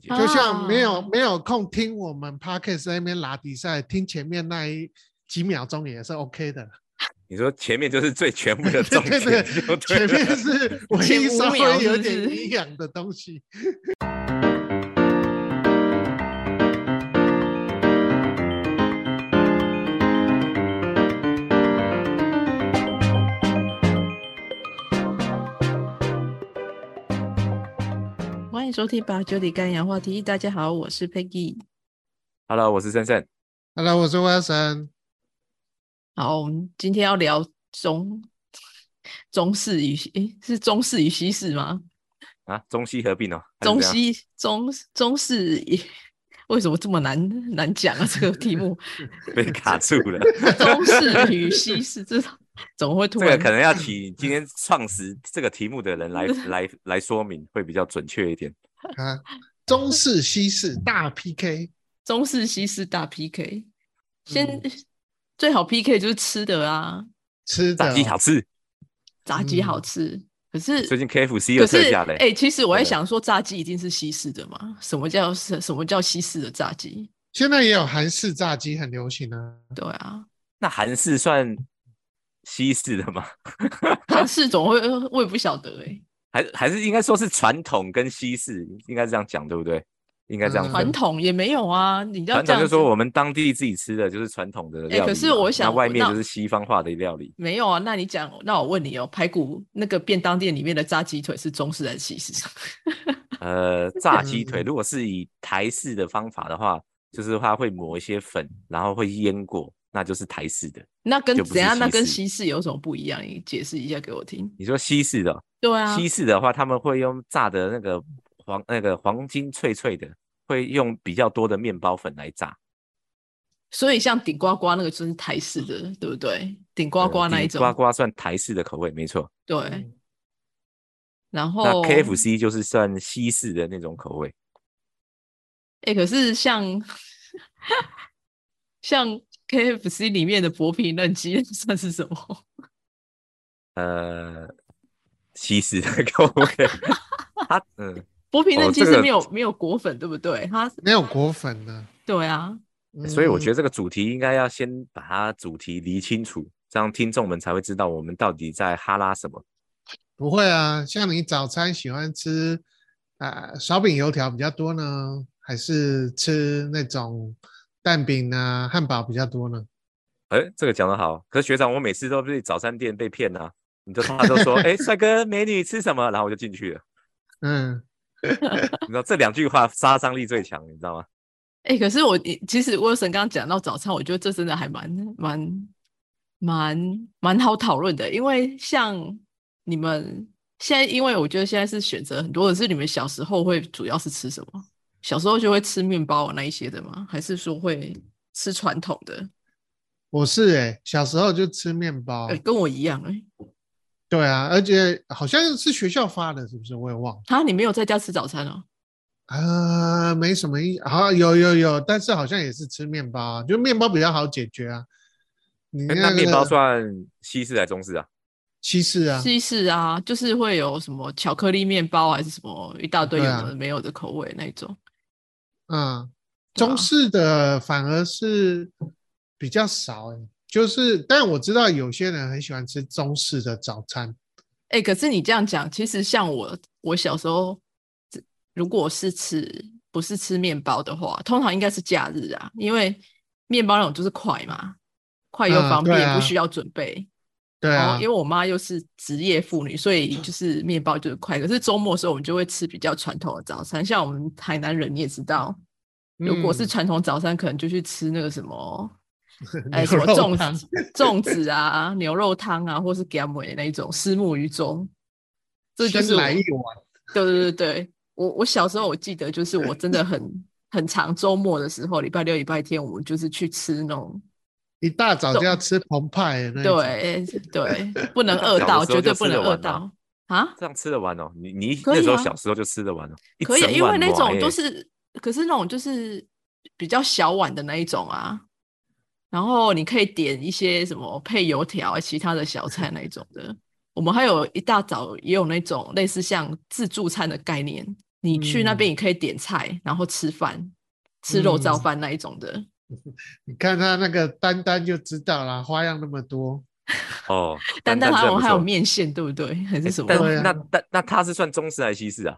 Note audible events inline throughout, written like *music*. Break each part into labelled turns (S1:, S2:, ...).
S1: 解。
S2: 就
S3: 哦
S2: 像没有、没有空听我们 podcast 在那边拉比赛，听前面那一几秒钟也是 OK 的。
S1: 你说前面就是最全部的重
S3: *laughs*
S2: 对
S1: 点
S2: 对
S1: 就 *laughs* 对了，
S2: 前面是唯一
S3: 前五
S2: 稍
S3: 秒
S2: 微有
S3: 是不
S2: 点
S3: 是
S2: 营养的东西。
S3: 欢迎收听把九里干氧话题。大家好，我是 Peggy。
S1: Hello，我是森森。
S2: Hello，我是 Wilson。
S3: 好，我们今天要聊中中式与西，诶，是中式与西式吗？
S1: 啊，中西合并哦，还是
S3: 中
S1: 怎样
S3: 西中中式与，为什么这么难难讲啊？这个题
S1: *laughs*
S3: 目，
S1: 被卡住
S3: *laughs*
S1: 了。
S3: 中式与西式，这怎么会突
S1: 这个
S3: 然？
S1: 可能要请今天创始这个题目的人
S3: *laughs*
S1: 来来来说明，会比较准确一点。
S2: 啊，中式西式大 PK，
S3: 中式西式大 PK，先、
S2: 嗯
S3: 最好 PK 就是吃的啊，
S2: 吃的
S1: 炸鸡好吃，
S3: 炸鸡好
S2: 嗯
S3: 吃。可是
S1: 最近 KFC
S3: 可
S1: 又特
S3: 是，
S1: 价
S3: 哎、
S1: 嘞。
S3: 其实我在
S1: 对
S3: 想说，炸鸡一定是西式的嘛？什么叫什什么叫西式的炸鸡？
S2: 现在也有韩式炸鸡很流行啊。
S3: 对啊，
S1: 那韩式算西式的吗？ *laughs*
S3: 韩式总会我也不晓得哎、
S1: 还还是应该说是传统跟西式，应该这样讲对不对？应该这样分。
S2: 嗯
S3: 传统也没有啊。你要
S1: 传
S3: 这
S1: 统
S3: 样
S1: 就说
S3: 子哎
S1: 我们当地自己吃的就是传统的料理嘛、
S3: 可是我想
S1: 那外
S3: 我
S1: 面
S3: 那
S1: 就是西方化的料理。
S3: 没有啊？那你讲，那我问你哦，排骨那个便当店里面的炸鸡腿是中式还是西式？ *laughs*
S1: 呃，炸鸡腿
S2: 嗯
S1: 如果是以台式的方法的话，就是它会抹一些粉，然后会腌过，那就是台式的。
S3: 那跟
S1: 就不是
S3: 怎样？那
S1: 西
S3: 跟
S1: 式
S3: 西式有什么不一样？你解释一下给我听。
S1: 你说西式的哦，
S3: 对啊，
S1: 西式的话，他们会用炸的那个黄那个黄金脆脆的，会用比较多的面包粉来炸。
S3: 所以像顶呱呱那个就是台式的，对不对？顶呱
S1: 呃
S3: 呱那
S1: 顶
S3: 一种，
S1: 呱呱算台式的口味，没错。
S3: 对。然
S1: 那
S3: 后
S1: KFC 就是算西式的那种口味。
S3: 哎、可是像像 KFC 里面的薄皮嫩鸡 *laughs* 算是什么？
S1: 呃，西式的口
S3: *laughs*
S1: 味，它嗯，
S3: 薄皮嫩
S1: 哦
S3: 鸡
S1: 这
S3: 是
S1: 个
S3: 没有、没有果粉，对不对？它
S2: 没有果粉嗯的，
S3: 对啊，
S1: 欸所以我觉
S2: 得
S1: 得这个主题应该要先把它主题理清楚，这样听众们才会知道我们到底在哈拉什么。
S2: 不会啊。像你早餐喜欢吃啊、呃烧饼油条比较多呢，还是吃那种蛋饼啊、汉堡比较多呢？
S1: 哎，这个讲得好，可是学长，我每次都被早餐店被骗啊，你都他都
S3: *laughs*
S1: 说，哎，帅哥美女吃什么？然后我就进去了，
S2: 嗯，
S1: 你知道这两句话杀伤力最强，你知道吗？
S3: 哎、可是我其实 Wilson 刚刚讲到早餐，我觉得这真的还蛮蛮蛮蛮好讨论的，因为像你们现在，因为我觉得现在是选择很多的是你们小时候会主要是吃什么？小时候就会吃面包啊那一些的吗？还是说会吃传统的？
S2: 我是诶、小时候就吃面包
S3: 哎、，跟我一样哎、
S2: 对啊，而且好像是学校发的，是不是？我也忘了。
S3: 啊，你没有在家吃早餐哦？
S2: 啊、没什么意，好、有有有，但是好像也是吃面包、啊，就面包比较好解决啊。你
S1: 哎
S2: 那
S1: 那
S2: 个
S1: 面包算西式还是中式啊？
S2: 西式啊，
S3: 西式啊，就是会有什么巧克力面包，还是什么一大堆有
S2: 对啊
S3: 的没有的口味那种。
S2: 嗯，
S3: 对啊
S2: 中式的反而是比较少、欸，就是，但我知道有些人很喜欢吃中式的早餐，
S3: 哎、可是你这样讲，其实像我，我小时候这如果是吃不是吃面包的话，通常应该是假日啊，因为面包那种就是快嘛，快又
S2: 嗯
S3: 方
S2: 对
S3: 便，
S2: 啊
S3: 不需要准备。
S2: 对
S3: 然
S2: 啊
S3: 后，因为我妈又是职业妇女，所以就是面包就是快。可是周末的时候，我们就会吃比较传统的早餐，像我们台南人你也知道，如果是
S2: *laughs* 嗯
S3: 传统早餐，可能就去吃那个
S1: *laughs*
S3: 什么，哎，
S2: 牛
S3: 什么
S2: 肉
S3: 粽
S2: 汤
S3: 子、粽子啊、牛肉汤啊，或是 g a m 那一种虱目鱼粥。这就
S2: 先
S3: 是我，
S2: 来一
S3: 对
S2: 碗，
S3: 对对对，我我小时候我记得，就是我真的很很长周末的时候，礼拜六、礼拜天，我们就是去吃那种，
S2: 一大早就要吃澎湃的那一种，
S3: 对对，
S1: *laughs*
S3: 不能饿
S1: 小的
S3: 到，
S1: 时候
S3: 绝对
S1: 就
S3: 不
S1: 吃
S3: 能
S1: 得
S3: 饿
S1: 完
S3: 到
S1: 吗
S3: 啊。
S1: 这样吃得完哦？你你
S3: 可
S1: 那时
S3: 以
S1: 候
S3: 啊
S1: 小时候就吃得完哦？一
S3: 可以，
S1: 整欸
S3: 因为
S1: 碗
S3: 那
S1: 哇
S3: 种
S1: 耶
S3: 都是，可是那种就是比较小碗的那一种啊。然后你可以点一些什么配油条啊、其他的小菜那一种的。我们还有一大早也有那种类似像自助餐的概念，你去那边
S2: 嗯
S3: 也可以点菜，然后吃饭，吃肉燥
S2: 嗯
S3: 饭那一种的。
S2: 你看他那个单单就知道啦，花样那么多。
S1: 哦，
S3: 丹
S1: 丹
S3: 丹好
S1: 真的
S3: 像
S1: 不
S3: 还有
S1: 错
S3: 面线，对不对？还是
S1: 诶
S3: 什么？
S2: 对
S1: 但
S2: 啊
S1: 那那那他是算中式还是西式啊？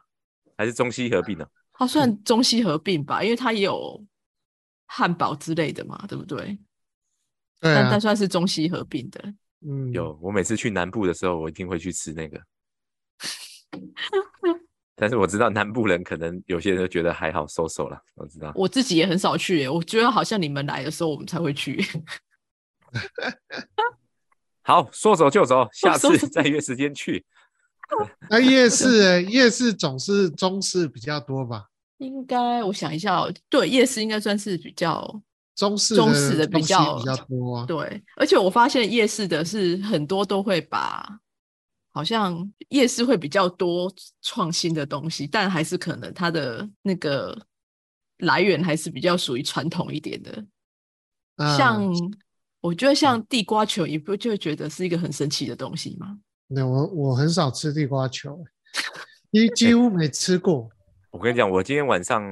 S1: 还是中西合并呢、
S3: 它算中西合并吧，因为它也有汉堡之类的嘛，对不对？
S2: 对
S3: 但
S2: 啊
S3: 但，算是中西合并的。
S2: 嗯，
S1: 有，我每次去南部的时候，我一定会去吃那个。但是我知道南部人可能有些人就觉得还好，收手了。我知道，
S3: 我自己也很少去耶、我觉得好像你们来的时候我们才会去。 *laughs*
S1: 好，说走就走，下
S3: 说
S1: 次
S3: 走
S1: 再约时间去。
S2: 那夜市、欸，夜市总是中式比较多吧？
S3: 应该我想一下、哦，对，夜市应该算是比较
S2: 中式
S3: 中式的比
S2: 东西
S3: 较
S2: 比较多、啊。
S3: 对，而且我发现夜市的是很多都会把，好像夜市会比较多创新的东西，但还是可能它的那个来源还是比较属于传统一点的。
S1: 嗯
S2: 啊
S3: 像我觉得像地瓜球，你不就会觉得是一个很神奇的东西吗？
S2: 那我我很少吃地瓜球、欸，几几乎没吃过。
S1: 我跟你讲，我今天晚上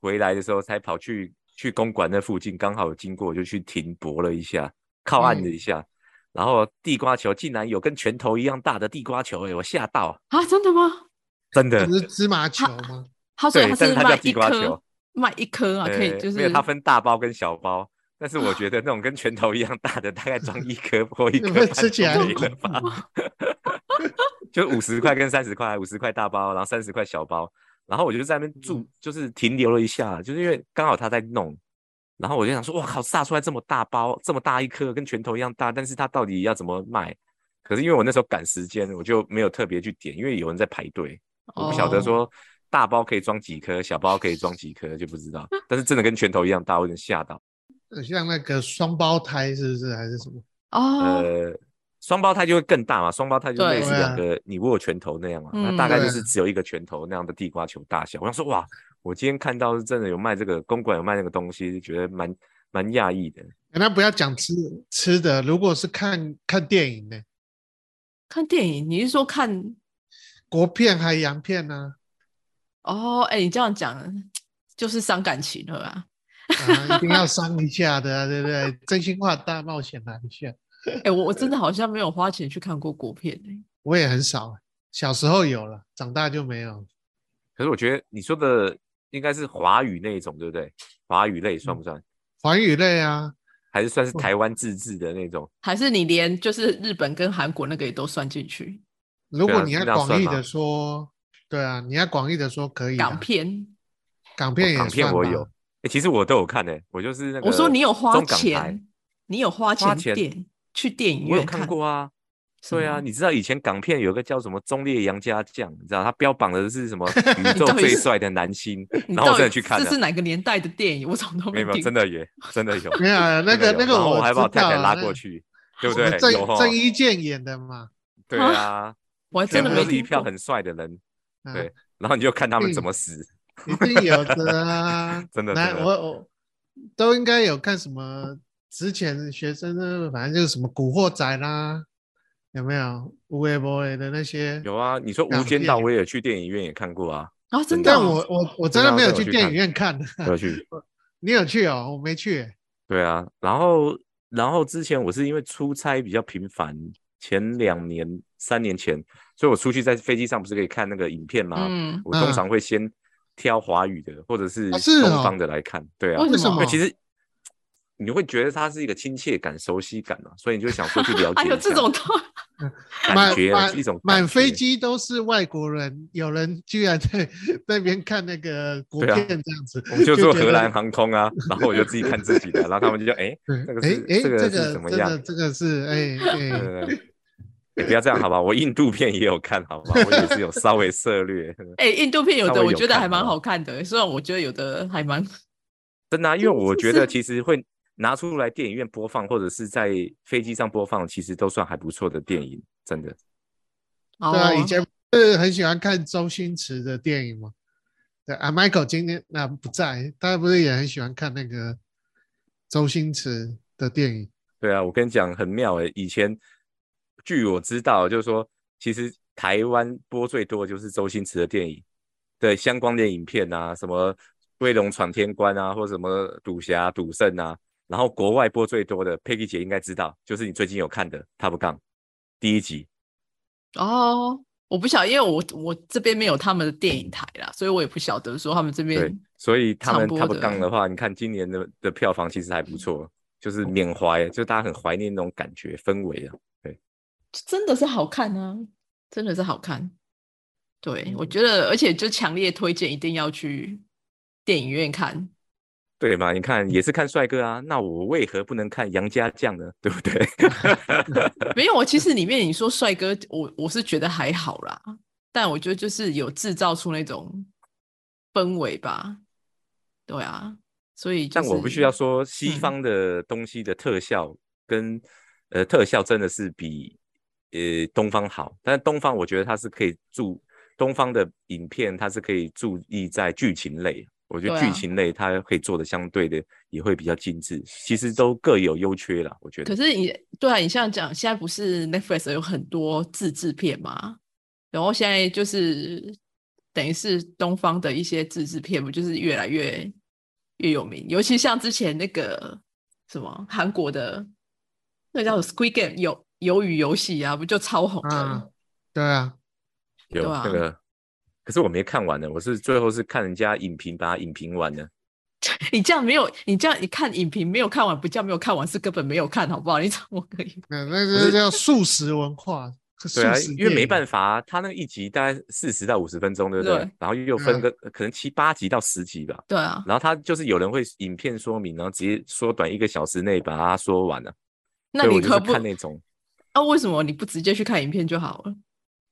S1: 回来的时候才跑去去公馆那附近，刚好有经过，我就去停泊了一下，靠岸了一下。然后地瓜球竟然有跟拳头一样大的地瓜球、欸，我吓到，
S3: 啊，真的吗？
S1: 真的
S2: 不。是芝麻球吗？
S3: 他说
S1: 对
S3: 他
S1: 但是它叫
S3: 卖
S1: 地
S3: 一
S1: 瓜
S3: 颗
S1: 球，
S3: 卖一颗啊，可以
S1: 呃
S3: 就
S1: 没有
S3: 是
S1: 它分大包跟小包，但是我觉
S3: *laughs*
S1: 得那种跟拳头一样大的，大概装一颗或一
S2: 那
S1: 颗
S2: 会
S1: 半
S2: 吃起来
S1: 就
S2: 很
S1: 没了
S2: 恐
S1: 吧？ *laughs* 就五十块跟三十块，五十块大包，然后三十块小包，然后我就在那边
S2: 嗯
S1: 住，就是停留了一下，就是因为刚好他在弄，然后我就想说，哇靠，炸出来这么大包，这么大一颗，跟拳头一样大，但是它到底要怎么卖？可是因为我那时候赶时间，我就没有特别去点，因为有人在排队，我不晓得
S3: 哦
S1: 说大包可以装几颗，小包可以装几颗就不知
S3: *laughs*
S1: 道。但是真的跟拳头一样大，我有点吓到。
S2: 呃像那个双胞胎是不是还是什么？
S3: 哦，
S1: 呃，双胞胎就会更大嘛，双胞胎就类似
S2: 对啊
S1: 两个你握拳头那样嘛，
S3: 嗯
S1: 那大概就
S2: 对
S1: 是只有一个拳头那样的地瓜球大小。我想说，哇，我今天看到是真的有卖这个，公馆有卖那个东西，就觉得蛮蛮讶异的。
S2: 欸那不要讲吃吃的，如果是看看电影呢、
S3: 看电影，你是说看
S2: 国片还洋片啊呢、
S3: 哦，哎、你这样讲就是伤感情了啊！
S2: 啊，一定要 *laughs* 伤一下的、啊，对不对？真心话大冒险来一下，
S3: 哎、我我真的好像没有花钱去看过国片、欸、
S2: 我也很少、小时候有了，长大就没有。
S1: 可是我觉得你说的应该是华语那一种，对不对？华语类
S3: 嗯
S1: 算不算？
S2: 华语类啊，
S1: 还是算是台湾自制的那种？
S3: 还是你连就是日本跟韩国那个也都算进去？
S1: 对
S2: 如果
S1: 啊
S2: 你
S1: 那
S2: 要
S1: 样
S2: 广
S1: 算
S2: 义
S1: 吗
S2: 的说，对啊，你要广义的说可以、啊。
S3: 港片，
S2: 港片也
S1: 哦港片
S2: 算
S1: 我
S2: 吧，
S1: 有，诶其实我都有看诶、我就是那个。
S3: 我说你有花
S1: 中港台，
S3: 钱，你有花
S1: 花
S3: 钱
S1: 钱
S3: 电去电影
S1: 我有
S3: 院嗯
S1: 看过啊。
S3: 什
S1: 对啊，
S3: 么
S1: 你知道以前港片有个叫什么忠烈杨家将，你知道他标榜的是
S3: *laughs*
S1: 什么宇宙
S3: 到底
S1: 最
S3: 是
S1: 帅的男星， *laughs*
S3: 你
S1: 然后我
S3: 到
S1: 真的
S3: 底
S1: 去看
S3: 这是
S1: 了，
S3: 哪个年代的电影？我怎么都
S1: 没有没有
S3: 听
S1: 真
S3: 过。
S1: 的也真的有
S2: 没
S1: *laughs*
S2: 有啊那个
S1: 真的有
S2: 那个
S1: 然后我
S2: 我
S1: 还把我
S2: 知
S1: 太太
S2: 道啊
S1: 拉
S2: 那
S1: 过
S2: 个
S1: 去，对不
S2: 什么
S1: 对？有
S2: 郑
S1: 哦，
S2: 郑伊健演的嘛，
S1: 对
S3: 啊
S1: 啊，
S3: 我还真
S1: 全
S3: 的
S1: 部
S3: 没
S1: 都是一
S3: 听
S1: 票
S3: 过。
S1: 很帅的人，
S2: 啊
S1: 对，然后你就看他们怎么死，
S2: 一定有的 *laughs* 啊
S1: *laughs* ，真的
S2: 那
S1: 真的
S2: 我我都应该有看什么？之前学生呢，反正就是什么《古惑仔》啦，有没有无为 boy 的那些？
S1: 有啊，你说《无
S2: 港
S1: 间
S2: 片
S1: 道》我也去电影院也看过啊，
S3: 啊，真的
S2: 但
S3: 哦、
S2: 我我我真的
S1: 真的
S2: 没
S1: 啊
S2: 有
S1: 这我
S2: 去
S1: 去
S2: 电影
S1: 看
S2: 院看，
S1: 我有去，
S2: 你有去哦？我没去欸，
S1: 对啊，然后然后之前我是因为出差比较频繁，前两年三年前，所以我出去在飞机上不是可以看那个影片吗？
S3: 嗯，
S1: 我通
S2: 嗯
S1: 常会先挑华语的或者是
S2: 啊是
S1: 东
S2: 哦
S1: 方的来看，对啊，
S3: 为
S2: 为
S3: 什
S2: 什
S1: 因
S3: 么
S1: 为
S2: 么？
S1: 其实你会觉得它是一个亲切感、熟悉感嘛、所以你就想说去
S3: *laughs*
S1: 了解
S3: 还
S1: 一
S3: 有哎这
S1: 下
S3: 种东
S1: 感
S2: 满
S1: 觉啊，
S2: 满
S1: 一种
S2: 满
S1: 感
S2: 飞
S1: 觉。
S2: 机都是外国人，有人居然在那边看那个国
S1: 对啊
S2: 片这样子，
S1: 我们就坐
S2: 觉
S1: 荷
S2: 得
S1: 兰航空啊，然后我就自己看自己的，然后他们就
S2: *laughs*
S1: 哎，
S2: 对，
S1: 这个
S2: 哎
S1: 是
S2: 哎，
S1: 这个
S2: 这
S1: 是
S2: 个
S1: 怎么
S2: 这
S1: 样
S2: 个这个是
S1: *laughs*
S2: 哎
S1: 对
S2: 哎，
S1: 对对，你不要这样好吧？我印度片也有看，好吧？我也是有稍微涉略。
S3: 哎、印度片有
S1: 稍
S3: 的
S1: 微
S3: 我
S1: 有
S3: 觉得
S1: 看
S3: 还蛮
S1: 哦
S3: 好看的，虽然我觉得有的还蛮……
S1: 真的啊、因为
S3: 真的
S1: 我
S3: 是
S1: 觉得
S3: 是
S1: 其实会拿出来电影院播放，或者是在飞机上播放，其实都算还不错的电影，真的。
S3: 哦
S2: *laughs* 对啊，以前不是很喜欢看周星驰的电影嘛。对啊，Michael 今天啊不在，他不是也很喜欢看那个周星驰的电影？
S1: 对啊，我跟你讲很妙诶、以前据我知道，就是说其实台湾播最多的就是周星驰的电影，对相关的影片啊，什么《飞龙闯天关》啊，或什么《赌侠》《赌圣》啊，然后国外播最多的，Peggy 姐应该知道，就是你最近有看的《Top Gun》第一集。
S3: 哦，我不晓得，因为我我这边没有他们的电影台啦，所以我也不晓得说他们这
S1: 对
S3: 边，
S1: 所以他们
S3: 常播
S1: Top
S3: 的嗯
S1: Gun 的话，你看今年的的票房其实还不错，就是缅怀，就大家很怀念那种感觉氛围啊。
S3: 真的是好看啊，真的是好看。对，
S1: 嗯
S3: 我觉得，而且就强烈推荐一定要去电影院看。
S1: 对嘛？你看也是看帅哥啊，那我为何不能看杨家将呢？对不对？
S3: 没有，啊其实里面你说帅哥，我我是觉得还好啦，但我觉得就是有制造出那种氛围吧。对啊，所以、就
S1: 但
S3: 是、
S1: 我必须要说，西
S3: 嗯
S1: 方的东西的特效跟、呃特效真的是比呃东方好，但是东方我觉得它是可以注东方的影片，它是可以注意在剧情类，我觉得
S3: 对
S1: 剧
S3: 啊
S1: 情类它可以做的相对的也会比较精致，其实都各有优缺啦，我觉
S3: 可
S1: 得。
S3: 是你对啊，你像讲现在不是 Netflix 有很多自制片嘛，然后现在就是等于是东方的一些自制片，不就是越来越越有名？尤其像之前那个什么韩国的那个叫《Squid Game》鱿鱿鱼游戏啊，不就超红的？
S2: 啊，对啊，
S1: 有
S3: 对
S1: 那
S3: 啊
S1: 个，可是我没看完呢，我是最后是看人家影评把它影评完的。
S3: *laughs* 你这样没有，你这样你看影评没有看完，不叫没有看完，是根本没有看，好不好？你怎么可以？
S2: 那那这叫素食文化，素
S1: 对啊
S2: 食，
S1: 因为没
S2: 法。
S1: 办法、啊，他那个一集大概四十到五十分钟，对不对？
S3: 对嗯
S1: 然后又分个、可能七八集到十集吧。
S3: *laughs* 对 *laughs* 啊，
S1: 然后他就是有人会影片说明，然后直接缩短一个小时内把它说完了、
S3: 那
S1: 所以
S3: 你
S1: 我就
S3: 可
S1: 是
S3: 不
S1: 看那种，
S3: 啊？为什么你不直接去看影片就好了？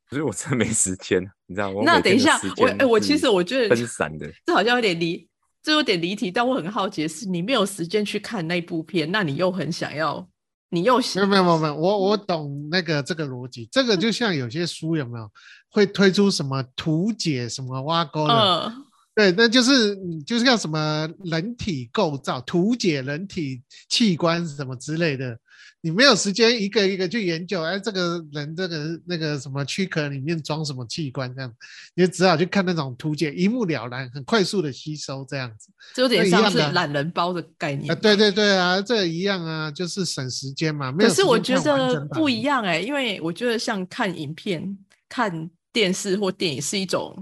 S1: 可是我真的没时间，你知道吗？我
S3: 那
S1: 每
S3: 等一
S1: 天的
S3: 下
S1: 时，
S3: 我
S1: 间
S3: 哎，我
S1: 是
S3: 其实我觉得
S1: 分散的，
S3: 这好像有点离，这有点离题，但我很好奇的是，你没有时间去看那部片，那你又很想要，你又
S2: 没
S3: 想
S2: 有没有没有没有，我我懂那个这个逻辑，这个就像有些书有没有会推出什么图解什么挖沟的，
S3: 嗯，
S2: 对，那就是你就是要什么人体构造、图解人体器官什么之类的，你没有时间一个一个去研究，哎，这个人这个那个什么躯壳里面装什么器官这样，你就只好去看那种图解，一目了然，很快速的吸收这样子。
S3: 这有点
S2: 那一
S3: 像
S2: 样
S3: 是
S2: 的啊
S3: 懒人包的概
S2: 啊、
S3: 念。
S2: 对对对啊，这一样啊，就是省时间嘛。
S3: 可
S2: 没有
S3: 是
S2: 时
S3: 我
S2: 间
S3: 觉
S2: 看完整
S3: 得
S2: 版
S3: 不一样哎、因为我觉得像看影片、看电视或电影是一种，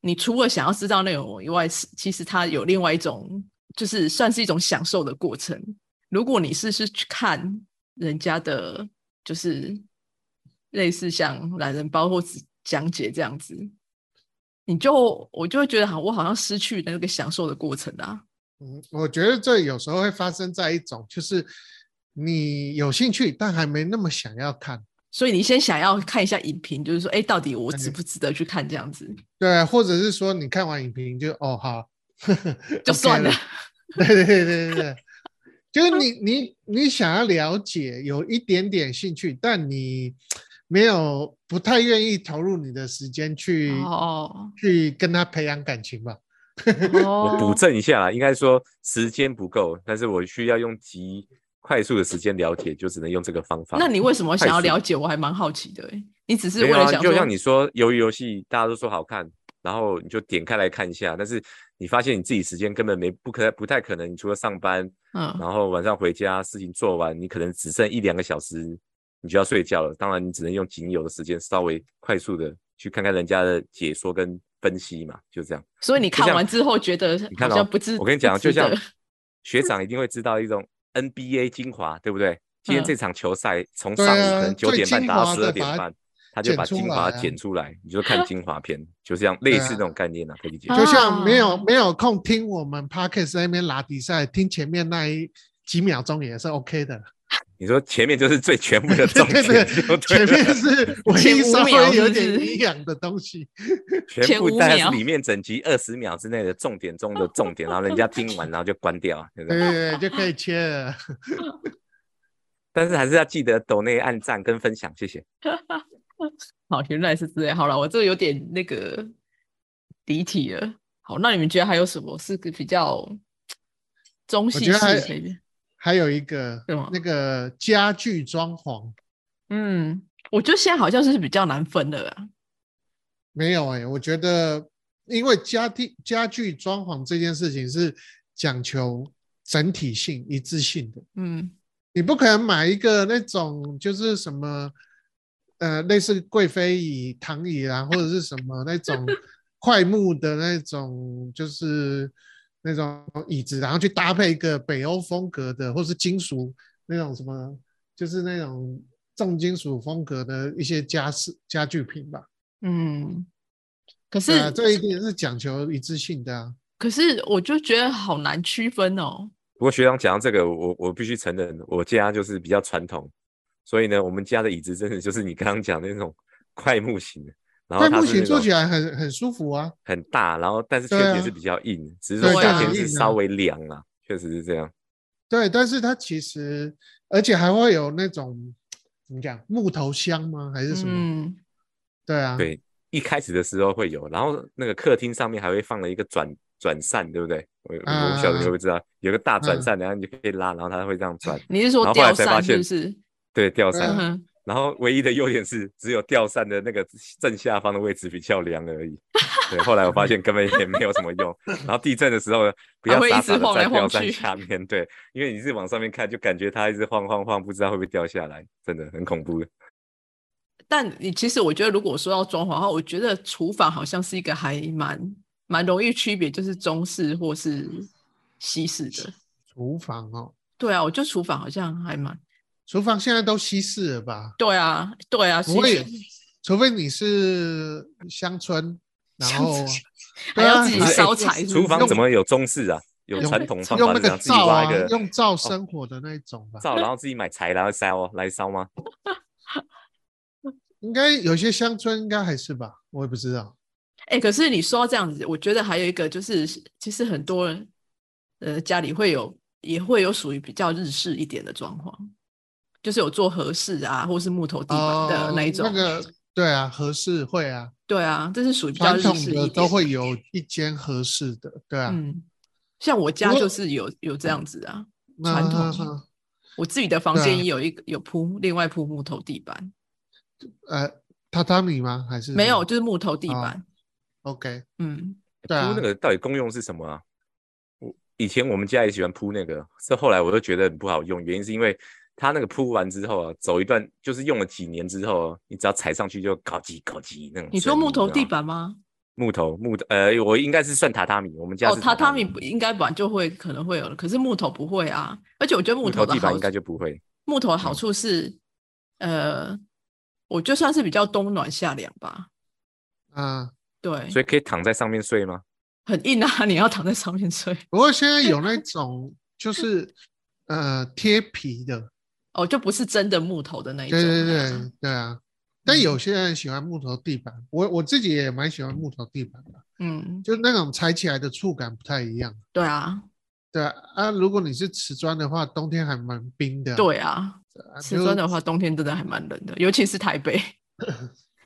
S3: 你除了想要知道内容以外，是其实它有另外一种，就是算是一种享受的过程。如果你是是去看人家的，就是类似像懒人包或是讲解这样子，你就我就会觉得好，我好像失去了那个享受的过程啊。
S2: 嗯，我觉得这有时候会发生在一种，就是你有兴趣，但还没那么想要看，
S3: 所以你先想要看一下影评，就是说，哎，到底我值
S2: 对
S3: 不值得去看这样子？
S2: 对，啊或者是说你看完影评就哦好，
S3: 就
S2: *laughs* OK
S3: 算了
S2: 了，对对对
S3: *laughs*
S2: 对对，就是你你你想要了解，有一点点兴趣，但你没有不太愿意投入你的时间去、
S3: 哦
S2: 去跟他培养感情吧。
S1: 我
S3: *laughs* 哦，
S1: 补正一下啦，应该说时间不够，但是我需要用极快速的时间了解，就只能用这个方法。
S3: 那你为什么想要
S1: 快速
S3: 了解？我还蛮好奇的欸。你只是
S1: 没
S3: 为
S1: 有
S3: 了
S1: 啊，
S3: 想
S1: 就
S3: 说，
S1: 像你说，鱿鱼游戏大家都说好看，然后你就点开来看一下，但是你发现你自己时间根本没不可不太可能，你除了上班，
S3: 嗯，
S1: 然后晚上回家事情做完，你可能只剩一两个小时，你就要睡觉了。当然，你只能用仅有的时间稍微快速的去看看人家的解说跟分析嘛，就这样。
S3: 所以你
S1: 就
S3: 看
S1: 像
S3: 完之后觉得
S2: 呃
S1: 你
S3: 好
S1: 看哦
S3: 像不值，
S1: 我跟你讲，
S3: 不
S1: 就
S3: 值
S1: 像
S3: 得
S1: 学长一定会知道一种 NBA 精华，对不对？今天
S3: 嗯
S1: 这场球赛从
S2: 对
S1: 上午
S2: 啊
S1: 可能九
S2: 最
S1: 点半
S2: 精
S1: 打到
S2: 华
S1: 十
S2: 的
S1: 二
S2: 把
S1: 点
S2: 它
S1: 半，他就
S2: 剪
S1: 把
S2: 出
S1: 精华
S2: 来啊
S1: 剪出来，你就看精华片，就这样类似
S2: 啊
S1: 这种概念啊，可以理解。
S2: 就像没有、
S3: 啊
S2: 没有空听我们 podcast 在那边拉比赛，听前面那一几秒钟也是 OK 的。
S1: 你说前面就是最全部的重
S2: *laughs* 对
S1: 点， *laughs*
S3: *laughs*
S2: 对
S1: 就对
S2: 前
S1: 了
S2: 面是唯
S3: 前
S2: 一
S3: 五
S2: 稍
S3: 秒
S2: 微
S3: 是
S2: 有
S3: 不
S2: 点
S3: 是
S2: 营养的东西。
S1: 全
S3: 前
S1: 部
S3: 五
S1: 大概
S3: 秒
S1: 是里面整集二十秒之内的重点中的重点，然后人家听
S2: *laughs*
S1: 完然后就关掉啊，对不
S2: 对
S1: 对？
S2: 对对，就可以切了。
S1: 但是还是要记得抖内按赞跟分享，谢谢。
S3: 好，原来是这样。好了，我这个有点那个离题了。好，那你们觉得还有什么是个比较中
S2: 我
S3: 戏
S2: 觉得还
S3: 式那边？
S2: 还有一个
S3: 是吗
S2: 那个家具装潢
S3: 嗯，我觉得现在好像是比较难分了啊。
S2: 欸没有哎、我觉得因为家地家具装潢这件事情是讲求整体性、一致性的，
S3: 嗯
S2: 你不可能买一个那种就是什么，呃，类似贵妃椅、躺椅啊，或者是什么
S1: *laughs*
S2: 那种快木的那种，就是那种椅子，然后去搭配一个北欧风格的，或是金属那种什么，就是那种重金属风格的一些家饰家具品吧。
S3: 嗯，可是、
S2: 对啊，这一定是讲求一致性的啊。
S3: 可是我就觉得好难区分哦。
S1: 不过学长讲到这个，我我必须承认，我家就是比较传统，所以呢，我们家的椅子真的就是你刚刚讲的那种 *laughs* 快木型的，然后
S2: 快
S1: 它
S2: 木
S1: 是
S2: 型
S1: 那
S2: 坐
S1: 种
S2: 起来很很舒服啊。
S1: 很大，然后但是缺
S2: 对啊
S1: 点是比较硬，只是说
S3: 对
S1: 夏
S3: 它
S1: 天
S3: 很
S1: 是
S2: 硬啊
S1: 稍微凉啦，确实是这样。
S2: 对，但是它其实，而且还会有那种怎么讲，木头香吗？还是什么？
S3: 嗯，
S2: 对啊，
S1: 对一开始的时候会有，然后那个客厅上面还会放了一个转转扇，对不对？我、
S3: 嗯
S1: 我不晓得你会不会知道，有个大转
S2: 嗯
S1: 扇，然后你就可以拉，然后它会这样转，
S3: 你是
S1: 然
S3: 说
S1: 后后来
S3: 吊
S1: 才发
S3: 扇是
S1: 现
S3: 不是？
S1: 对，吊扇。
S3: 嗯哼，
S1: 然后唯一的优点是，只有吊扇的那个正下方的位置比较凉而已。对，后来我发现根本也没有什么
S3: *laughs*
S1: 用。然后地震的时候，不
S3: 还
S1: 要
S3: 会一
S1: 傻
S3: 直
S1: 傻的
S3: 晃
S1: 在
S3: 来晃
S1: 吊扇
S3: 去
S1: 下面，对，因为你是往上面看，就感觉它一直晃晃晃，不知道会不会掉下来，真的很恐怖
S3: 嗯
S1: 的。
S3: 但你其实我觉得，如果说到装潢的话，我觉得厨房好像是一个还蛮蛮容易区别，就是中式或是西式的。
S2: 厨房哦，
S3: 对啊，我觉得厨房好像还蛮
S2: 厨房现在都西式了吧？
S3: 对啊，对啊，
S2: 不
S3: 西
S2: 会
S3: 式
S2: 有除非你是乡村，然
S3: 乡
S2: 后
S3: 村还
S2: 对
S3: 要
S2: 啊
S3: 自己
S2: 还
S3: 烧柴是不
S1: 哎厨
S3: 是
S1: 房
S2: 用
S1: 怎么有中式啊？有
S3: 用
S1: 传统方
S2: 用
S1: 法
S2: 那
S1: 是这样，
S2: 个
S1: 自己
S2: 灶
S1: 挖
S2: 啊
S1: 一个，哦
S2: 用灶生火的那一种
S1: *laughs*
S2: 吧。
S1: 灶，然后自己买柴，然后烧哦来烧吗？
S2: 应该有些乡村应该还是吧，我也不知道。
S3: 哎、可是你说到这样子，我觉得还有一个就是，其实很多人呃家里会有也会有属于比较日式一点的装潢，就是有做和室啊，或是木头地板的那一种。
S2: 哦那个对啊，合适会啊，
S3: 对啊，这是属于比较
S2: 传
S3: 日
S2: 统
S3: 式一
S2: 的
S3: 点
S2: 都会有一间合适的，对啊，
S3: 嗯，像我家
S2: 不过
S3: 就是有有这样子啊，
S2: 那
S3: 传统我自己的房
S2: 对啊
S3: 间也有一个有铺另外铺木头地板，
S2: 呃榻榻米吗？还是
S3: 没
S2: 什么
S3: 有就是木头地
S2: 哦
S3: 板。
S2: ？OK，
S3: 嗯，
S2: 对啊
S1: 铺那个到底功用是什么啊？我以前我们家也喜欢铺那个，这后来我都觉得很不好用，原因是因为它那个铺完之后啊，走一段就是用了几年之后啊，你只要踩上去就搞叽搞叽那种声音。
S3: 你说木头地
S1: 知道吗？
S3: 板吗？
S1: 木头木头，呃，我应该是算榻榻米，我们家
S3: 哦，
S1: 是
S3: 榻榻
S1: 榻
S3: 米不应该本来就会可能会有了，可是木头不会啊。而且我觉得
S1: 木
S3: 头
S1: 头
S3: 的
S1: 地板
S3: 好
S1: 应该就不会。
S3: 木头的好
S1: 嗯
S3: 处是，呃，我就算是比较冬暖夏凉吧，
S2: 啊，
S3: 对，
S1: 所以可以躺在上面睡吗？
S3: 很硬啊， *laughs* 你要躺在上面睡，
S2: 不过现在有那种就是呃贴皮的，
S3: 哦，就不是真的木头的那一种、
S2: 对
S3: 啊，
S2: 对对对啊。但
S3: 嗯
S2: 有些人喜欢木头地板，我我自己也蛮喜欢木头地板的，
S3: 嗯，
S2: 就那种踩起来的触感不太一样。
S3: 对啊，
S2: 对啊，啊如果你是瓷砖的话，冬天还蛮冰的。
S3: 对啊，
S2: 啊，
S3: 瓷
S2: 就
S3: 砖的话，冬天真的还蛮冷的，尤其是台
S1: *laughs*
S3: 北，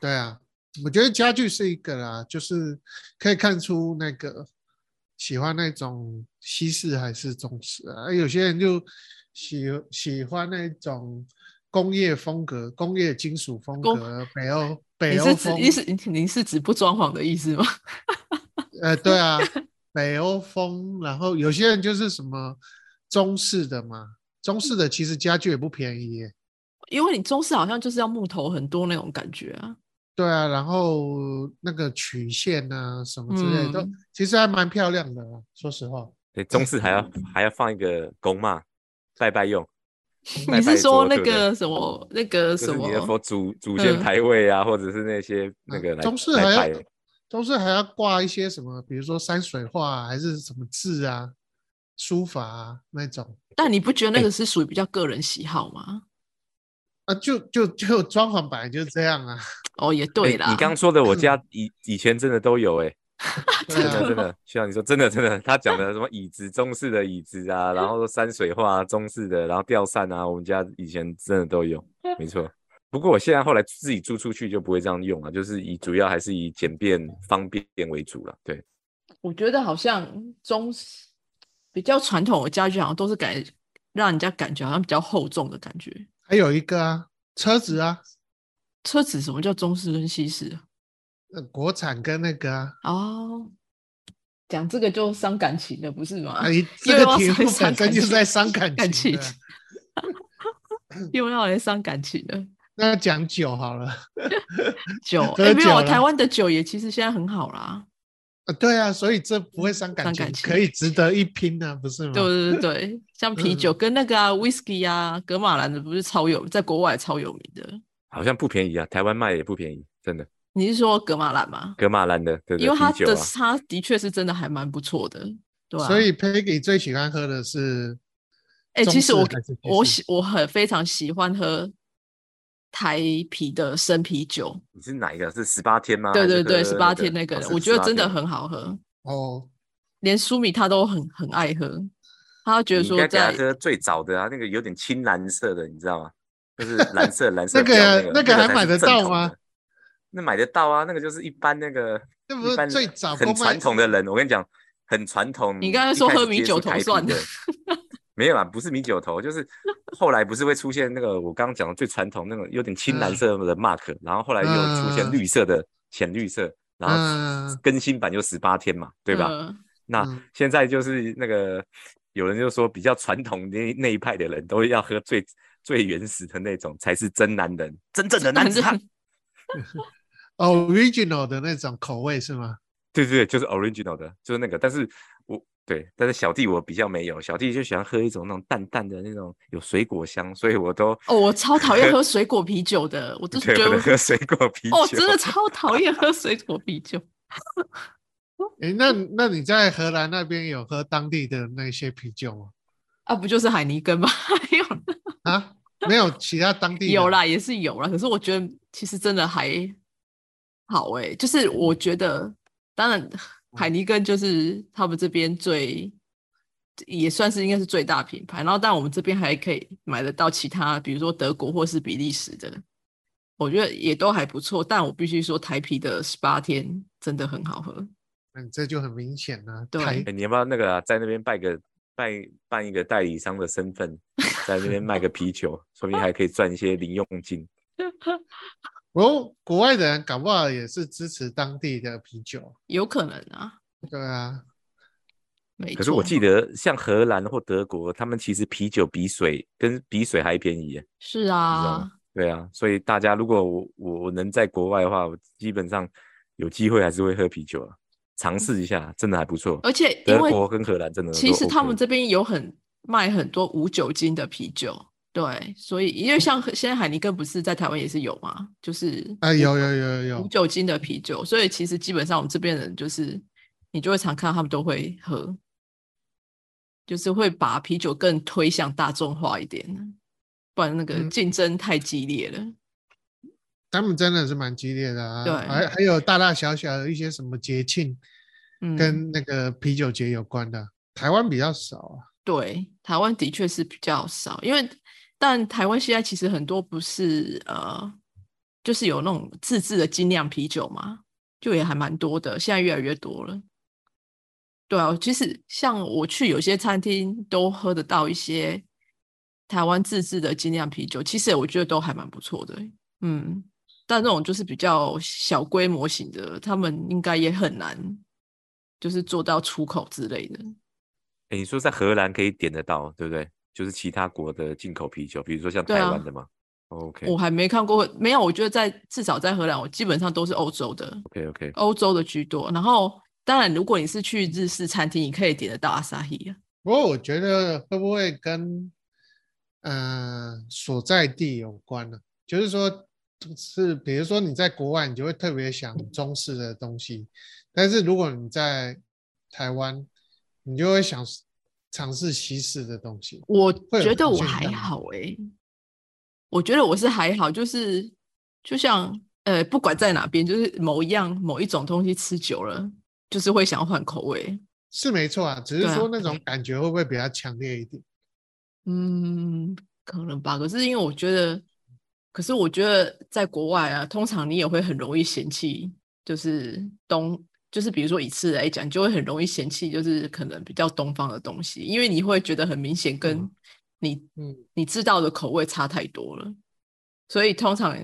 S2: 对啊，我觉得家具是一个啦，就是可以看出那个喜欢那种西式还是中式啊，有些人就喜喜欢那种工业风格、工业金属风
S3: 工
S2: 格、北欧
S3: 你
S2: 北欧
S3: 是指
S2: 风，
S3: 意思，你是指不装潢的意思吗？ *laughs*
S2: 呃，对啊，北欧风，然后有些人就是什么中式的嘛，中式的其实家具也不便宜耶，
S3: 因为你中式好像就是要木头很多那种感觉啊，
S2: 对啊，然后那个曲线啊什么之类的，都
S3: 嗯
S2: 其实还蛮漂亮的啦，说实话。
S1: 对，中式还
S3: *laughs*
S1: 要还要放一个公骂，拜拜用。拜
S3: 你
S1: 拜
S3: 是说
S1: 桌
S3: 那
S1: 对不对
S3: 个什么那个
S1: 就
S3: 什
S1: 是
S3: 么
S1: 你的佛祖祖
S3: 嗯
S1: 先牌位啊，或者是那些那
S2: 嗯
S1: 个来
S2: 中式
S1: 来
S2: 还
S1: 拜
S2: 要都是还要挂一些什么，比如说山水画、啊、还是什么字啊、书法啊那种
S3: 但你不觉得
S1: 哎
S3: 那个是属于比较个人喜好吗？
S2: 啊，就就就装潢本来就是这样啊，
S3: 哦，也
S1: 哎
S3: 对啦，嗯
S1: 你刚说的，我家以以前真的都有哎、
S3: *laughs*
S2: 对
S1: 真
S2: 啊
S1: 的真的，需要你说真的真的，他讲的什么椅子，中式的椅子啊，然后山水画、啊、中式的，然后吊扇啊，我们家以前真的都
S3: *laughs*
S1: 有，没错。不过我现在后来自己租出去就不会这样用了、就是以主要还是以简便方便为主了。对，
S3: 我觉得好像中式比较传统的家具，好像都是感让人家感觉好像比较厚重的感觉。
S2: 还有一个啊，车子啊，
S3: 车子什么叫中式跟西式啊？
S2: 呃国产跟那个啊，
S3: 哦，讲这个就伤感情了，不是吗？
S2: 啊一
S3: 又
S2: 这个
S3: 要
S2: 题
S3: 伤
S2: 目
S3: 伤
S2: 本身
S3: 感
S2: 就是
S3: 情
S2: 在伤感
S3: 感
S2: 情的
S3: 情又让人伤感情
S2: *laughs*
S3: 了。
S2: 那讲酒好了，
S3: 酒，
S2: 喝
S3: 哎、没
S2: 酒
S3: 有，
S2: 了
S3: 台湾的酒也其实现在很好啦。
S2: 啊对啊，所以这不会伤感
S3: 伤
S2: 情，
S3: 感
S2: 可
S3: 情
S2: 以值得一拼啊，不是吗？
S3: 对对对对，像啤酒跟那个啊，whisky
S2: 嗯
S3: 啊，格马兰的不是超有，在国外超有名的。
S1: 好像不便宜啊，台湾卖也不便宜，真的。
S3: 你是说格马兰吗？
S1: 格马兰的，对不对？
S3: 因为它
S1: 啤酒
S3: 的、
S1: 啊，
S3: 它的确是真的还蛮不错的，对、啊、
S2: 所以 Peggy 最喜欢喝的是
S3: 哎
S2: 中
S3: 其实
S2: 式
S3: 我
S2: 还是西
S3: 我
S2: 式
S3: 喜我很非常喜欢喝台啤的生啤酒，
S1: 你是哪一个？是十八天吗？
S3: 对
S1: 还是
S3: 对对，
S1: 喝
S3: 十
S1: 那
S3: 八天那个
S1: 哦
S3: 的，
S1: 是
S3: 我觉得
S1: 18
S3: 真的
S1: 天
S3: 很好喝，
S2: 哦，
S3: 连苏米他都很很爱喝，他觉得
S1: 你应
S3: 说
S1: 该给他
S3: 在
S1: 喝最早的啊，那个有点青蓝色的，你知道吗？就是
S2: *laughs*
S1: 蓝色蓝色
S2: 那
S1: 调那
S2: 个
S1: 个
S2: 那个
S1: 个
S2: 还
S1: 才
S2: 买
S1: 是
S2: 得
S1: 正
S2: 到
S1: 统
S2: 吗
S1: 的？那买得到啊，那个就是一般那个
S2: 那不
S1: 一
S2: 是
S1: 般
S2: 最早
S1: 很
S2: 公卖
S1: 传统的人，我跟你讲，很传统。
S3: 你刚才
S1: 一
S3: 说
S1: 开始
S3: 喝米
S1: 接
S3: 酒
S1: 触
S3: 头
S1: 台啤
S3: 算
S1: 的
S3: 了，
S1: 没有啊，不是米酒头，就是后来不是会出现那个我刚刚讲的最传统那种有点青蓝
S2: 嗯
S1: 色的 mark，、然后后来又出现
S2: 嗯
S1: 绿色的、浅绿色，然后
S2: 嗯
S1: 更新版就十八天嘛，对吧？
S3: 嗯
S1: 那
S2: 嗯
S1: 现在就是那个有人就说比较传统那那一派的人都要喝最最原始的那种才是真男人，真正的男子汉。
S2: original 的那种口味是吗？
S1: 对对对，就是 original 的，就是那个。但是我对，但是小弟我比较没有，小弟就喜欢喝一种那种淡淡的那种有水果香，所以我都
S3: 哦，我超讨
S1: *laughs*
S3: 厌喝水果啤酒的，我就觉
S1: 对我都
S3: 得
S1: 喝水果啤酒。
S3: 哦，真的超讨厌喝水果啤酒。
S2: 诶，那那你在荷兰那边有喝当地的那些啤酒吗？
S3: 啊，不就是海尼根吗？ *laughs* 还有
S2: 啊，没有其他当地的
S3: 有啦，也是有啦。可是我觉得其实真的还好诶、就是我觉得，当然
S1: 嗯
S3: 海尼根就是他们这边最也算是应该是最大品牌，然后但我们这边还可以买得到其他，比如说德国或是比利时的，我觉得也都还不错。但我必须说，台啤的十八天真的很好喝。
S2: 嗯，这就很明显了、
S3: 对
S2: 台
S1: 哎，你要不要那个啊、在那边办个办办一个代理商的身份，在那边卖个啤酒，说不定还可以赚一些零用金。
S2: 哦，国外的人搞不好也是支持当地的啤酒，
S3: 有可能啊，
S2: 对啊，
S3: 没错。
S1: 可是我记得，像荷兰或德国，他们其实啤酒比水跟比水还便宜耶。
S3: 是啊，
S1: 对啊，所以大家如果我我我能在国外的话，我基本上有机会还是会喝啤酒啊，尝试一下，真的还不错。
S3: 而且因
S1: 德
S3: 为
S1: 国跟荷兰真的都
S3: 其实他
S1: OK
S3: 们这边有很卖很多无酒精的啤酒，对，所以因为像现在海尼根不是在台湾也是有嘛，就是
S2: 啊，有有有有
S3: 无
S2: 有，
S3: 酒精的啤酒，所以其实基本上我们这边人就是你就会常看到他们都会喝，就是会把啤酒更推向大众化一点，不然那个
S2: 嗯
S3: 竞争太激烈了。
S2: 他们真的是蛮激烈的啊，
S3: 对
S2: 还还有大大小小的一些什么节庆
S3: 嗯，
S2: 跟那个啤酒节有关的，台湾比较少啊，
S3: 对，台湾的确是比较少，因为但台湾现在其实很多不是呃，就是有那种自制的精酿啤酒嘛，就也还蛮多的，现在越来越多了。对啊，其实像我去有些餐厅都喝得到一些台湾自制的精酿啤酒，其实我觉得都还蛮不错的欸。嗯，但那种就是比较小规模型的，他们应该也很难，就是做到出口之类的。
S1: 诶你说在荷兰可以点得到，对不对？就是其他国的进口啤酒，比如说像
S3: 对
S1: 台
S3: 啊
S1: 湾的嘛。OK
S3: 我还没看过，没有，我觉得在至少在荷兰，我基本上都是欧洲的，
S1: OK OK，
S3: 欧洲的居多。然后，当然，如果你是去日式餐厅，你可以点得到阿萨希啊。
S2: 不过我觉得会不会跟呃所在地有关呢、就是说，是比如说你在国外，你就会特别想中式的东西，但是如果你在台湾，你就会想尝试西式的东西。
S3: 我
S2: 会有
S3: 觉
S2: 这
S3: 得
S2: 种
S3: 我
S2: 现
S3: 还
S2: 象吗
S3: 好诶、我觉得我是还好，就是就像呃，不管在哪边，就是某一样某一种东西吃久了，就是会想换口味。
S2: 是没错啊，只
S3: 对
S2: 是
S3: 啊
S2: 说那种感觉会不会比较强烈一点？
S3: 嗯，可能吧。可是因为我觉得，可是我觉得在国外啊，通常你也会很容易嫌弃，就是东，就是比如说以吃来讲，你就会很容易嫌弃，就是可能比较东方的东西，因为你会觉得很明显跟你
S2: 嗯，
S3: 你知道的口味差太多了，所以通常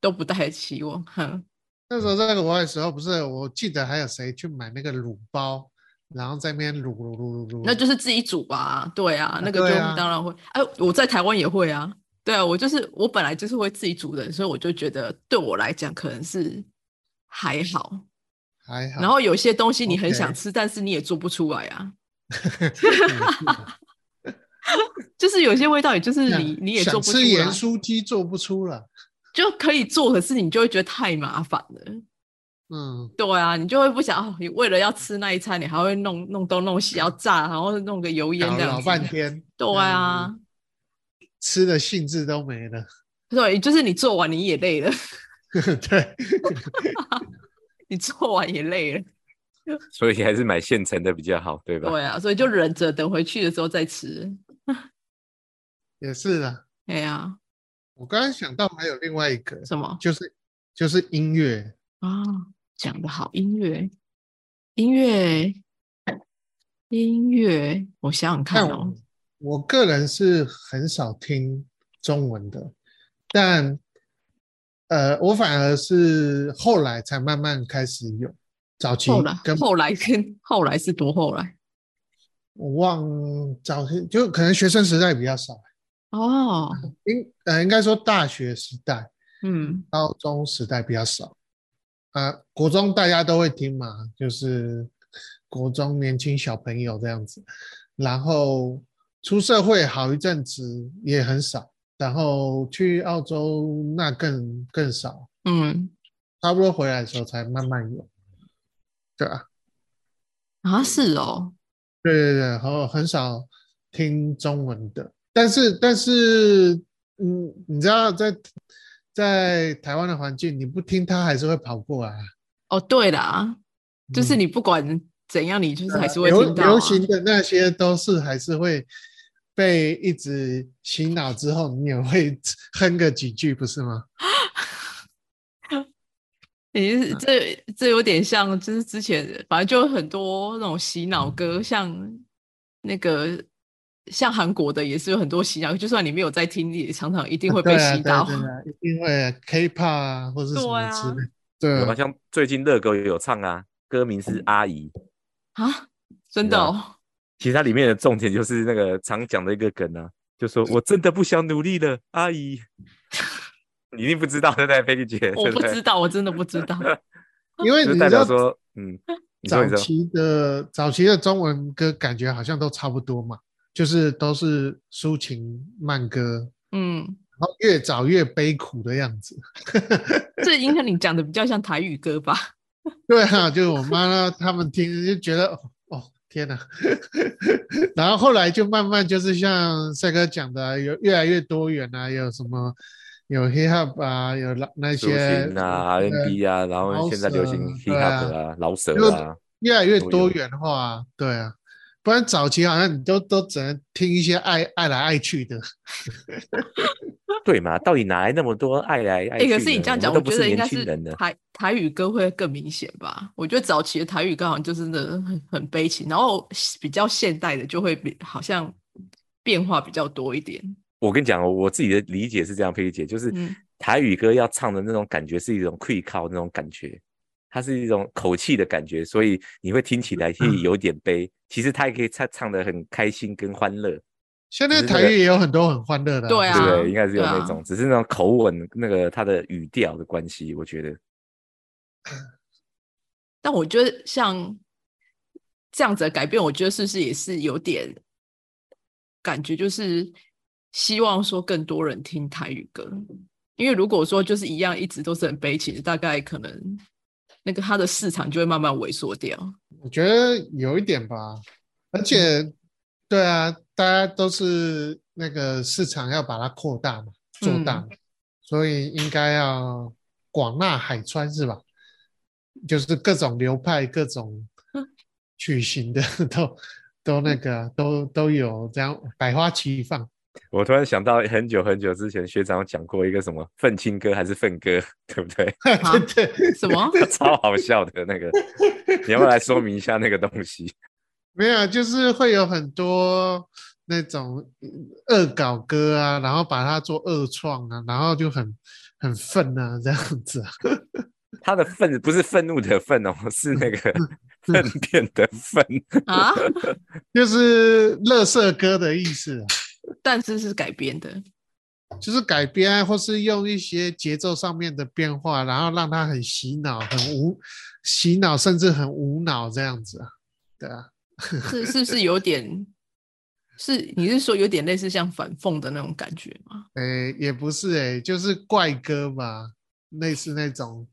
S3: 都不太期望。哼，
S2: 那时候在国外的时候，不是我记得还有谁去买那个卤包，然后在那边卤卤卤卤卤，
S3: 那就是自己煮吧。对啊，那个就
S2: 对啊
S3: 当然会。哎、我在台湾也会啊。对啊，我就是我本来就是会自己煮的，所以我就觉得对我来讲可能是还好。
S2: 还好。
S3: 然后有些东西你很想
S2: OK
S3: 吃但是你也做不出来啊。
S2: 嗯
S3: 就是有些味道，也就是
S2: 是
S3: 你你也
S2: 想
S3: 做不出
S2: 吃盐
S3: 来，
S2: 酥鸡做不出了，
S3: 就可以做，可是你就会觉得太麻烦了。
S2: 嗯，
S3: 对啊，你就会不想哦，你为了要吃那一餐，你还会弄弄东弄西，要炸，然后弄个油烟
S2: 搞
S3: 这
S2: 了
S3: 样
S2: 老
S3: 子
S2: 半天，
S3: 对啊，
S2: 吃的兴致都没了。 *laughs*
S3: 对，就是你做完你也累了， *laughs*
S2: 对，
S3: 你做完也累了。
S1: 所以还是买现成的比较好，对吧？
S3: 对啊，所以就忍着，等回去的时候再吃。
S2: 也是啦。
S3: 哎呀、
S2: 我刚才想到还有另外一个，
S3: 什么
S2: 就是就是音乐，
S3: 啊？讲的好，音乐，音乐，音乐，我想想看
S2: 但
S3: 哦
S2: 我，我个人是很少听中文的，但呃，我反而是后来才慢慢开始有，早期
S3: 后来
S2: 跟
S3: 后来跟后来是多后来
S2: 我忘早期就可能学生时代比较少，
S3: 哦，
S2: 应呃应该说大学时代、
S3: 嗯，
S2: 高中时代比较少，啊、国中大家都会听嘛，就是国中年轻小朋友这样子，然后出社会好一阵子也很少，然后去澳洲那更更少，
S3: 嗯
S2: 差不多回来的时候才慢慢有，对啊，
S3: 啊是哦，
S2: 对对对，然后很少听中文的，但是但是，嗯，你知道在在台湾的环境，你不听他还是会跑过来啊，
S3: 哦对啦，就是
S2: 嗯
S3: 你不管怎样，你就是还是会
S2: 流
S3: 听到、啊
S2: 流行的那些都是还是会被一直洗脑之后，你也会哼个几句，不是吗？
S3: 你是这这有点像，就是之前反正就很多那种洗脑歌，像那个像韩国的也是有很多洗脑，就算你没有在听，也常常一定会被
S2: 对啊
S3: 洗到。
S2: 对啊对啊，一定会啊 K-pop 啊，或是什
S3: 对嗯
S2: 么
S3: 啊
S2: 之类的，对
S1: 有
S2: 啊
S1: 啊，像最近热狗也有唱啊，歌名是《阿姨》，
S3: 啊，真的
S1: 对啊
S3: 哦，
S1: 其实它里面的重点就是那个常讲的一个梗啊，就说我真的不想努力了，阿姨。你一定不知道对不对，菲利姐？
S3: 我
S1: 对
S3: 不
S1: 对
S3: 知道，我真的不知道。
S2: 因为
S1: 就是
S2: 你知
S1: 代表
S2: 道
S1: 说，嗯，你说
S2: 早
S1: 你说，
S2: 期的早期的中文歌感觉好像都差不多嘛，就是都是抒情慢歌，
S3: 嗯，
S2: 然后越早越悲苦的样子。
S3: 这应该你讲的比较像台语歌吧？
S2: *laughs* 对啊，就是我妈呢，他们听就觉得哦哦天哪， *laughs* 然后后来就慢慢就是像帅哥讲的啊、有越来越多元啊，有什么有 hip hop 啊，有那那
S1: 抒
S2: 些
S1: 情啊
S2: 对
S1: ，R&B 啊，然后
S2: 饶
S1: 现在流行 hip
S2: 舌对啊
S1: hop 啊，饶舌
S2: 就
S1: 啊，
S2: 越来越
S1: 多
S2: 多
S1: 元
S2: 元化啊，对啊，不然早期好像你都都只能听一些爱爱来爱去的，
S1: 对嘛？到底哪来那么多爱来爱
S3: 哎、
S1: 去呢？
S3: 可是你这样
S1: 我们
S3: 讲，
S1: 都
S3: 我
S1: 不
S3: 觉得应
S1: 年
S3: 该
S1: 轻
S3: 是
S1: 人的，
S3: 台台语歌会更明显吧？我觉得早期的台语歌好像就真的很很悲情，然后比较现代的就会比好像变化比较多一点。
S1: 我跟你讲哦，我自己的理解是这样，佩姐，就是
S3: 嗯
S1: 台语歌要唱的那种感觉是一种 q 靠那种感觉，它是一种口气的感觉，所以你会听起来是
S3: 嗯
S1: 有点悲，其实它也可以唱唱的很开心跟欢乐，
S2: 现在
S1: 只是那
S2: 台
S1: 个
S2: 语也有很多很欢乐的啊、
S3: 对
S1: 对不
S3: 啊
S1: 对？应该是有
S3: 对
S1: 那
S3: 啊
S1: 种，只是那种口吻那个它的语调的关系，我觉得。
S3: 但我觉得像这样子的改变，我觉得是不是也是有点感觉，就是希望说更多人听台语歌，因为如果说就是一样一直都是很悲情的，大概可能那个它的市场就会慢慢萎缩掉。
S2: 我觉得有一点吧，而且，对啊，大家都是那个市场要把它扩大嘛，做大嘛，所以应该要广纳海川是吧？就是各种流派、各种曲型的 *laughs* 都都那个啊都都有，这样百花齐放。 *laughs*
S1: 我突然想到很久很久之前学长有讲过一个什么愤青歌还是愤歌，对不对？ *laughs*
S3: 啊
S2: 对对，
S3: 什么？ *laughs*
S1: 超好笑的那个，你要不要来说明一下那个东西？
S2: 没有，啊就是会有很多那种嗯恶搞歌啊，然后把它做恶创啊，然后就很很愤啊，这样子啊。
S1: 他的愤不是愤怒的愤哦，是那 *laughs* 个粪便的粪。
S3: 啊，
S2: 就是乐色歌的意思啊、
S3: 但是是改编的，
S2: 就是改编啊或是用一些节奏上面的变化，然后让它很洗脑、很无洗脑，甚至很无脑这样子啊。对啊，
S3: 是是不是有点？是你是说有点类似像反讽的那种感觉吗？
S2: 诶、也不是诶、就是怪歌嘛，类似那种。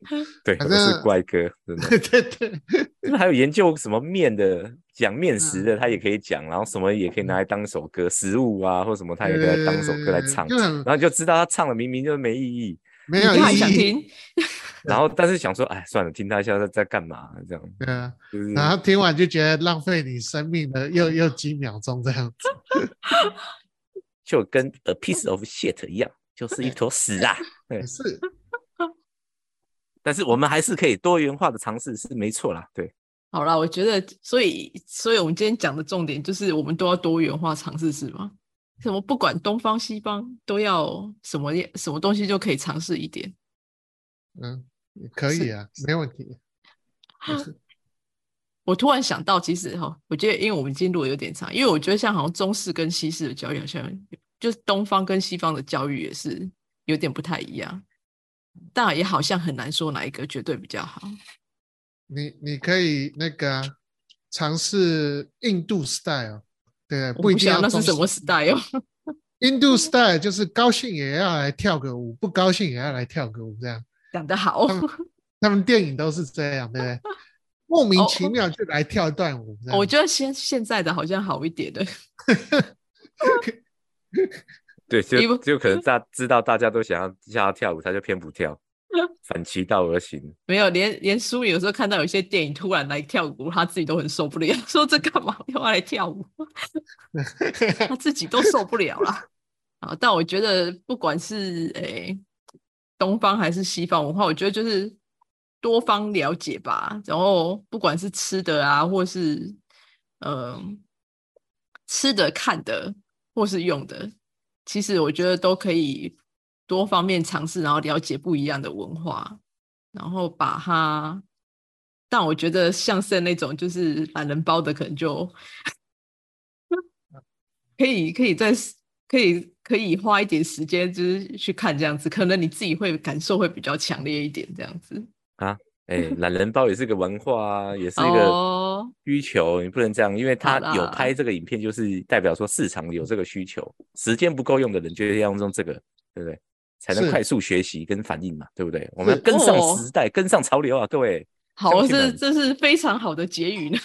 S1: 对，
S2: 反
S1: 我是
S2: 正
S1: 怪哥，真的。
S2: 对对对，
S1: 是不是还有研究什么面的，讲面食
S2: 嗯
S1: 的，他也可以讲，然后什么也可以拿来当一首歌，食物啊或什么，他也可以来当一首歌来唱，
S2: 嗯就很
S1: 然后你就知道他唱了明明就没意义，
S2: 没有
S3: 你还
S2: 意
S3: 想
S2: 义。
S3: 听？
S1: 然后但是想说，哎，算了，听他一下在在干嘛这样，
S2: 对啊，
S1: 就是
S2: 然
S3: 嗯
S2: 后听完就觉得浪费你生命的又又几秒钟这样子。
S1: 就跟 a piece of shit 一样，就是一坨屎
S2: *laughs*
S1: 啊。
S2: 也是，
S1: 但是我们还是可以多元化的尝试，是没错啦。对，
S3: 好啦，我觉得，所以，所以我们今天讲的重点就是，我们都要多元化尝试，是吗？什么不管东方西方，都要什么样什么东西就可以尝试一点。
S2: 嗯，也可以啊，没问题。
S3: *laughs* 我突然想到，其实哈，我觉得因为我们今天录的有点长，因为我觉得像好像中式跟西式的教育好像，就是东方跟西方的教育也是有点不太一样，但也好像很难说哪一个绝对比较好。
S2: 你你可以那个啊、尝试印度 style，对，
S3: 我
S2: 不一
S3: 不
S2: 定
S3: 晓
S2: 要
S3: 得那是
S2: 中
S3: 什么哦 style。
S2: 印度 style 就是高兴也要来跳个舞，不高兴也要来跳个舞，这样。
S3: 讲得好，
S2: 他们电影都是这样，
S3: *laughs*
S2: 对不对？莫名其妙就来跳一段舞，这样
S3: 哦我觉得现现在的好像好一点的。
S1: 对，
S3: 因
S1: 就
S3: 为
S1: 就可能大知道大家都想要想要跳舞，他就偏不
S3: *laughs*
S1: 跳，反其道而行。
S3: 没有，连连苏有时候看到有些电影突然来跳舞，他自己都很受不了， *laughs* 说这干嘛要来跳舞？他自己都受不了啦。啊，但我觉得不管是诶、东方还是西方文化，我觉得就是多方了解吧。然后不管是吃的啊，或是嗯、吃的、看的，或是用的，其实我觉得都可以多方面尝试，然后了解不一样的文化，然后把它。但我觉得像是那种就是懒人包的，可能就可以可以在可以可以花一点时间，就是去看这样子，可能你自己会感受会比较强烈一点，这样子。
S1: 哎，懒人包也是个文化啊，也是一个
S3: 哦
S1: 需求，你不能这样，因为他
S3: 好
S1: 有
S3: 啦
S1: 拍这个影片，就是代表说市场有这个需求，时间不够用的人就是要用这个，对不对？才能
S2: 是
S1: 快速学习跟反应嘛，对不对？我们要
S2: 是
S1: 跟上
S3: 哦
S1: 时代，跟上潮流啊，各位。乡
S3: 好，
S1: 亲
S3: 这
S1: 们
S3: 这是非常好的结语呢。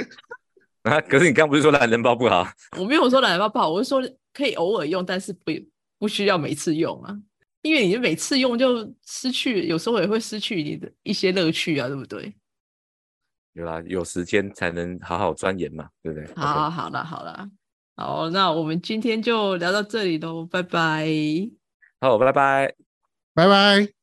S3: *laughs*
S1: 啊，可是你刚刚不是说懒人包不好？
S3: 我没有说懒人包不好，我是说可以偶尔用，但是不不需要每次用啊，因为你每次用就失去，有时候也会失去你的一些乐趣啊，对不对？
S1: 有啦，有时间才能好好钻研嘛，对不对？
S3: 好好好啦，好啦，好，那我们今天就聊到这里喽，拜拜。
S1: 好，拜拜。
S2: *laughs* 拜拜。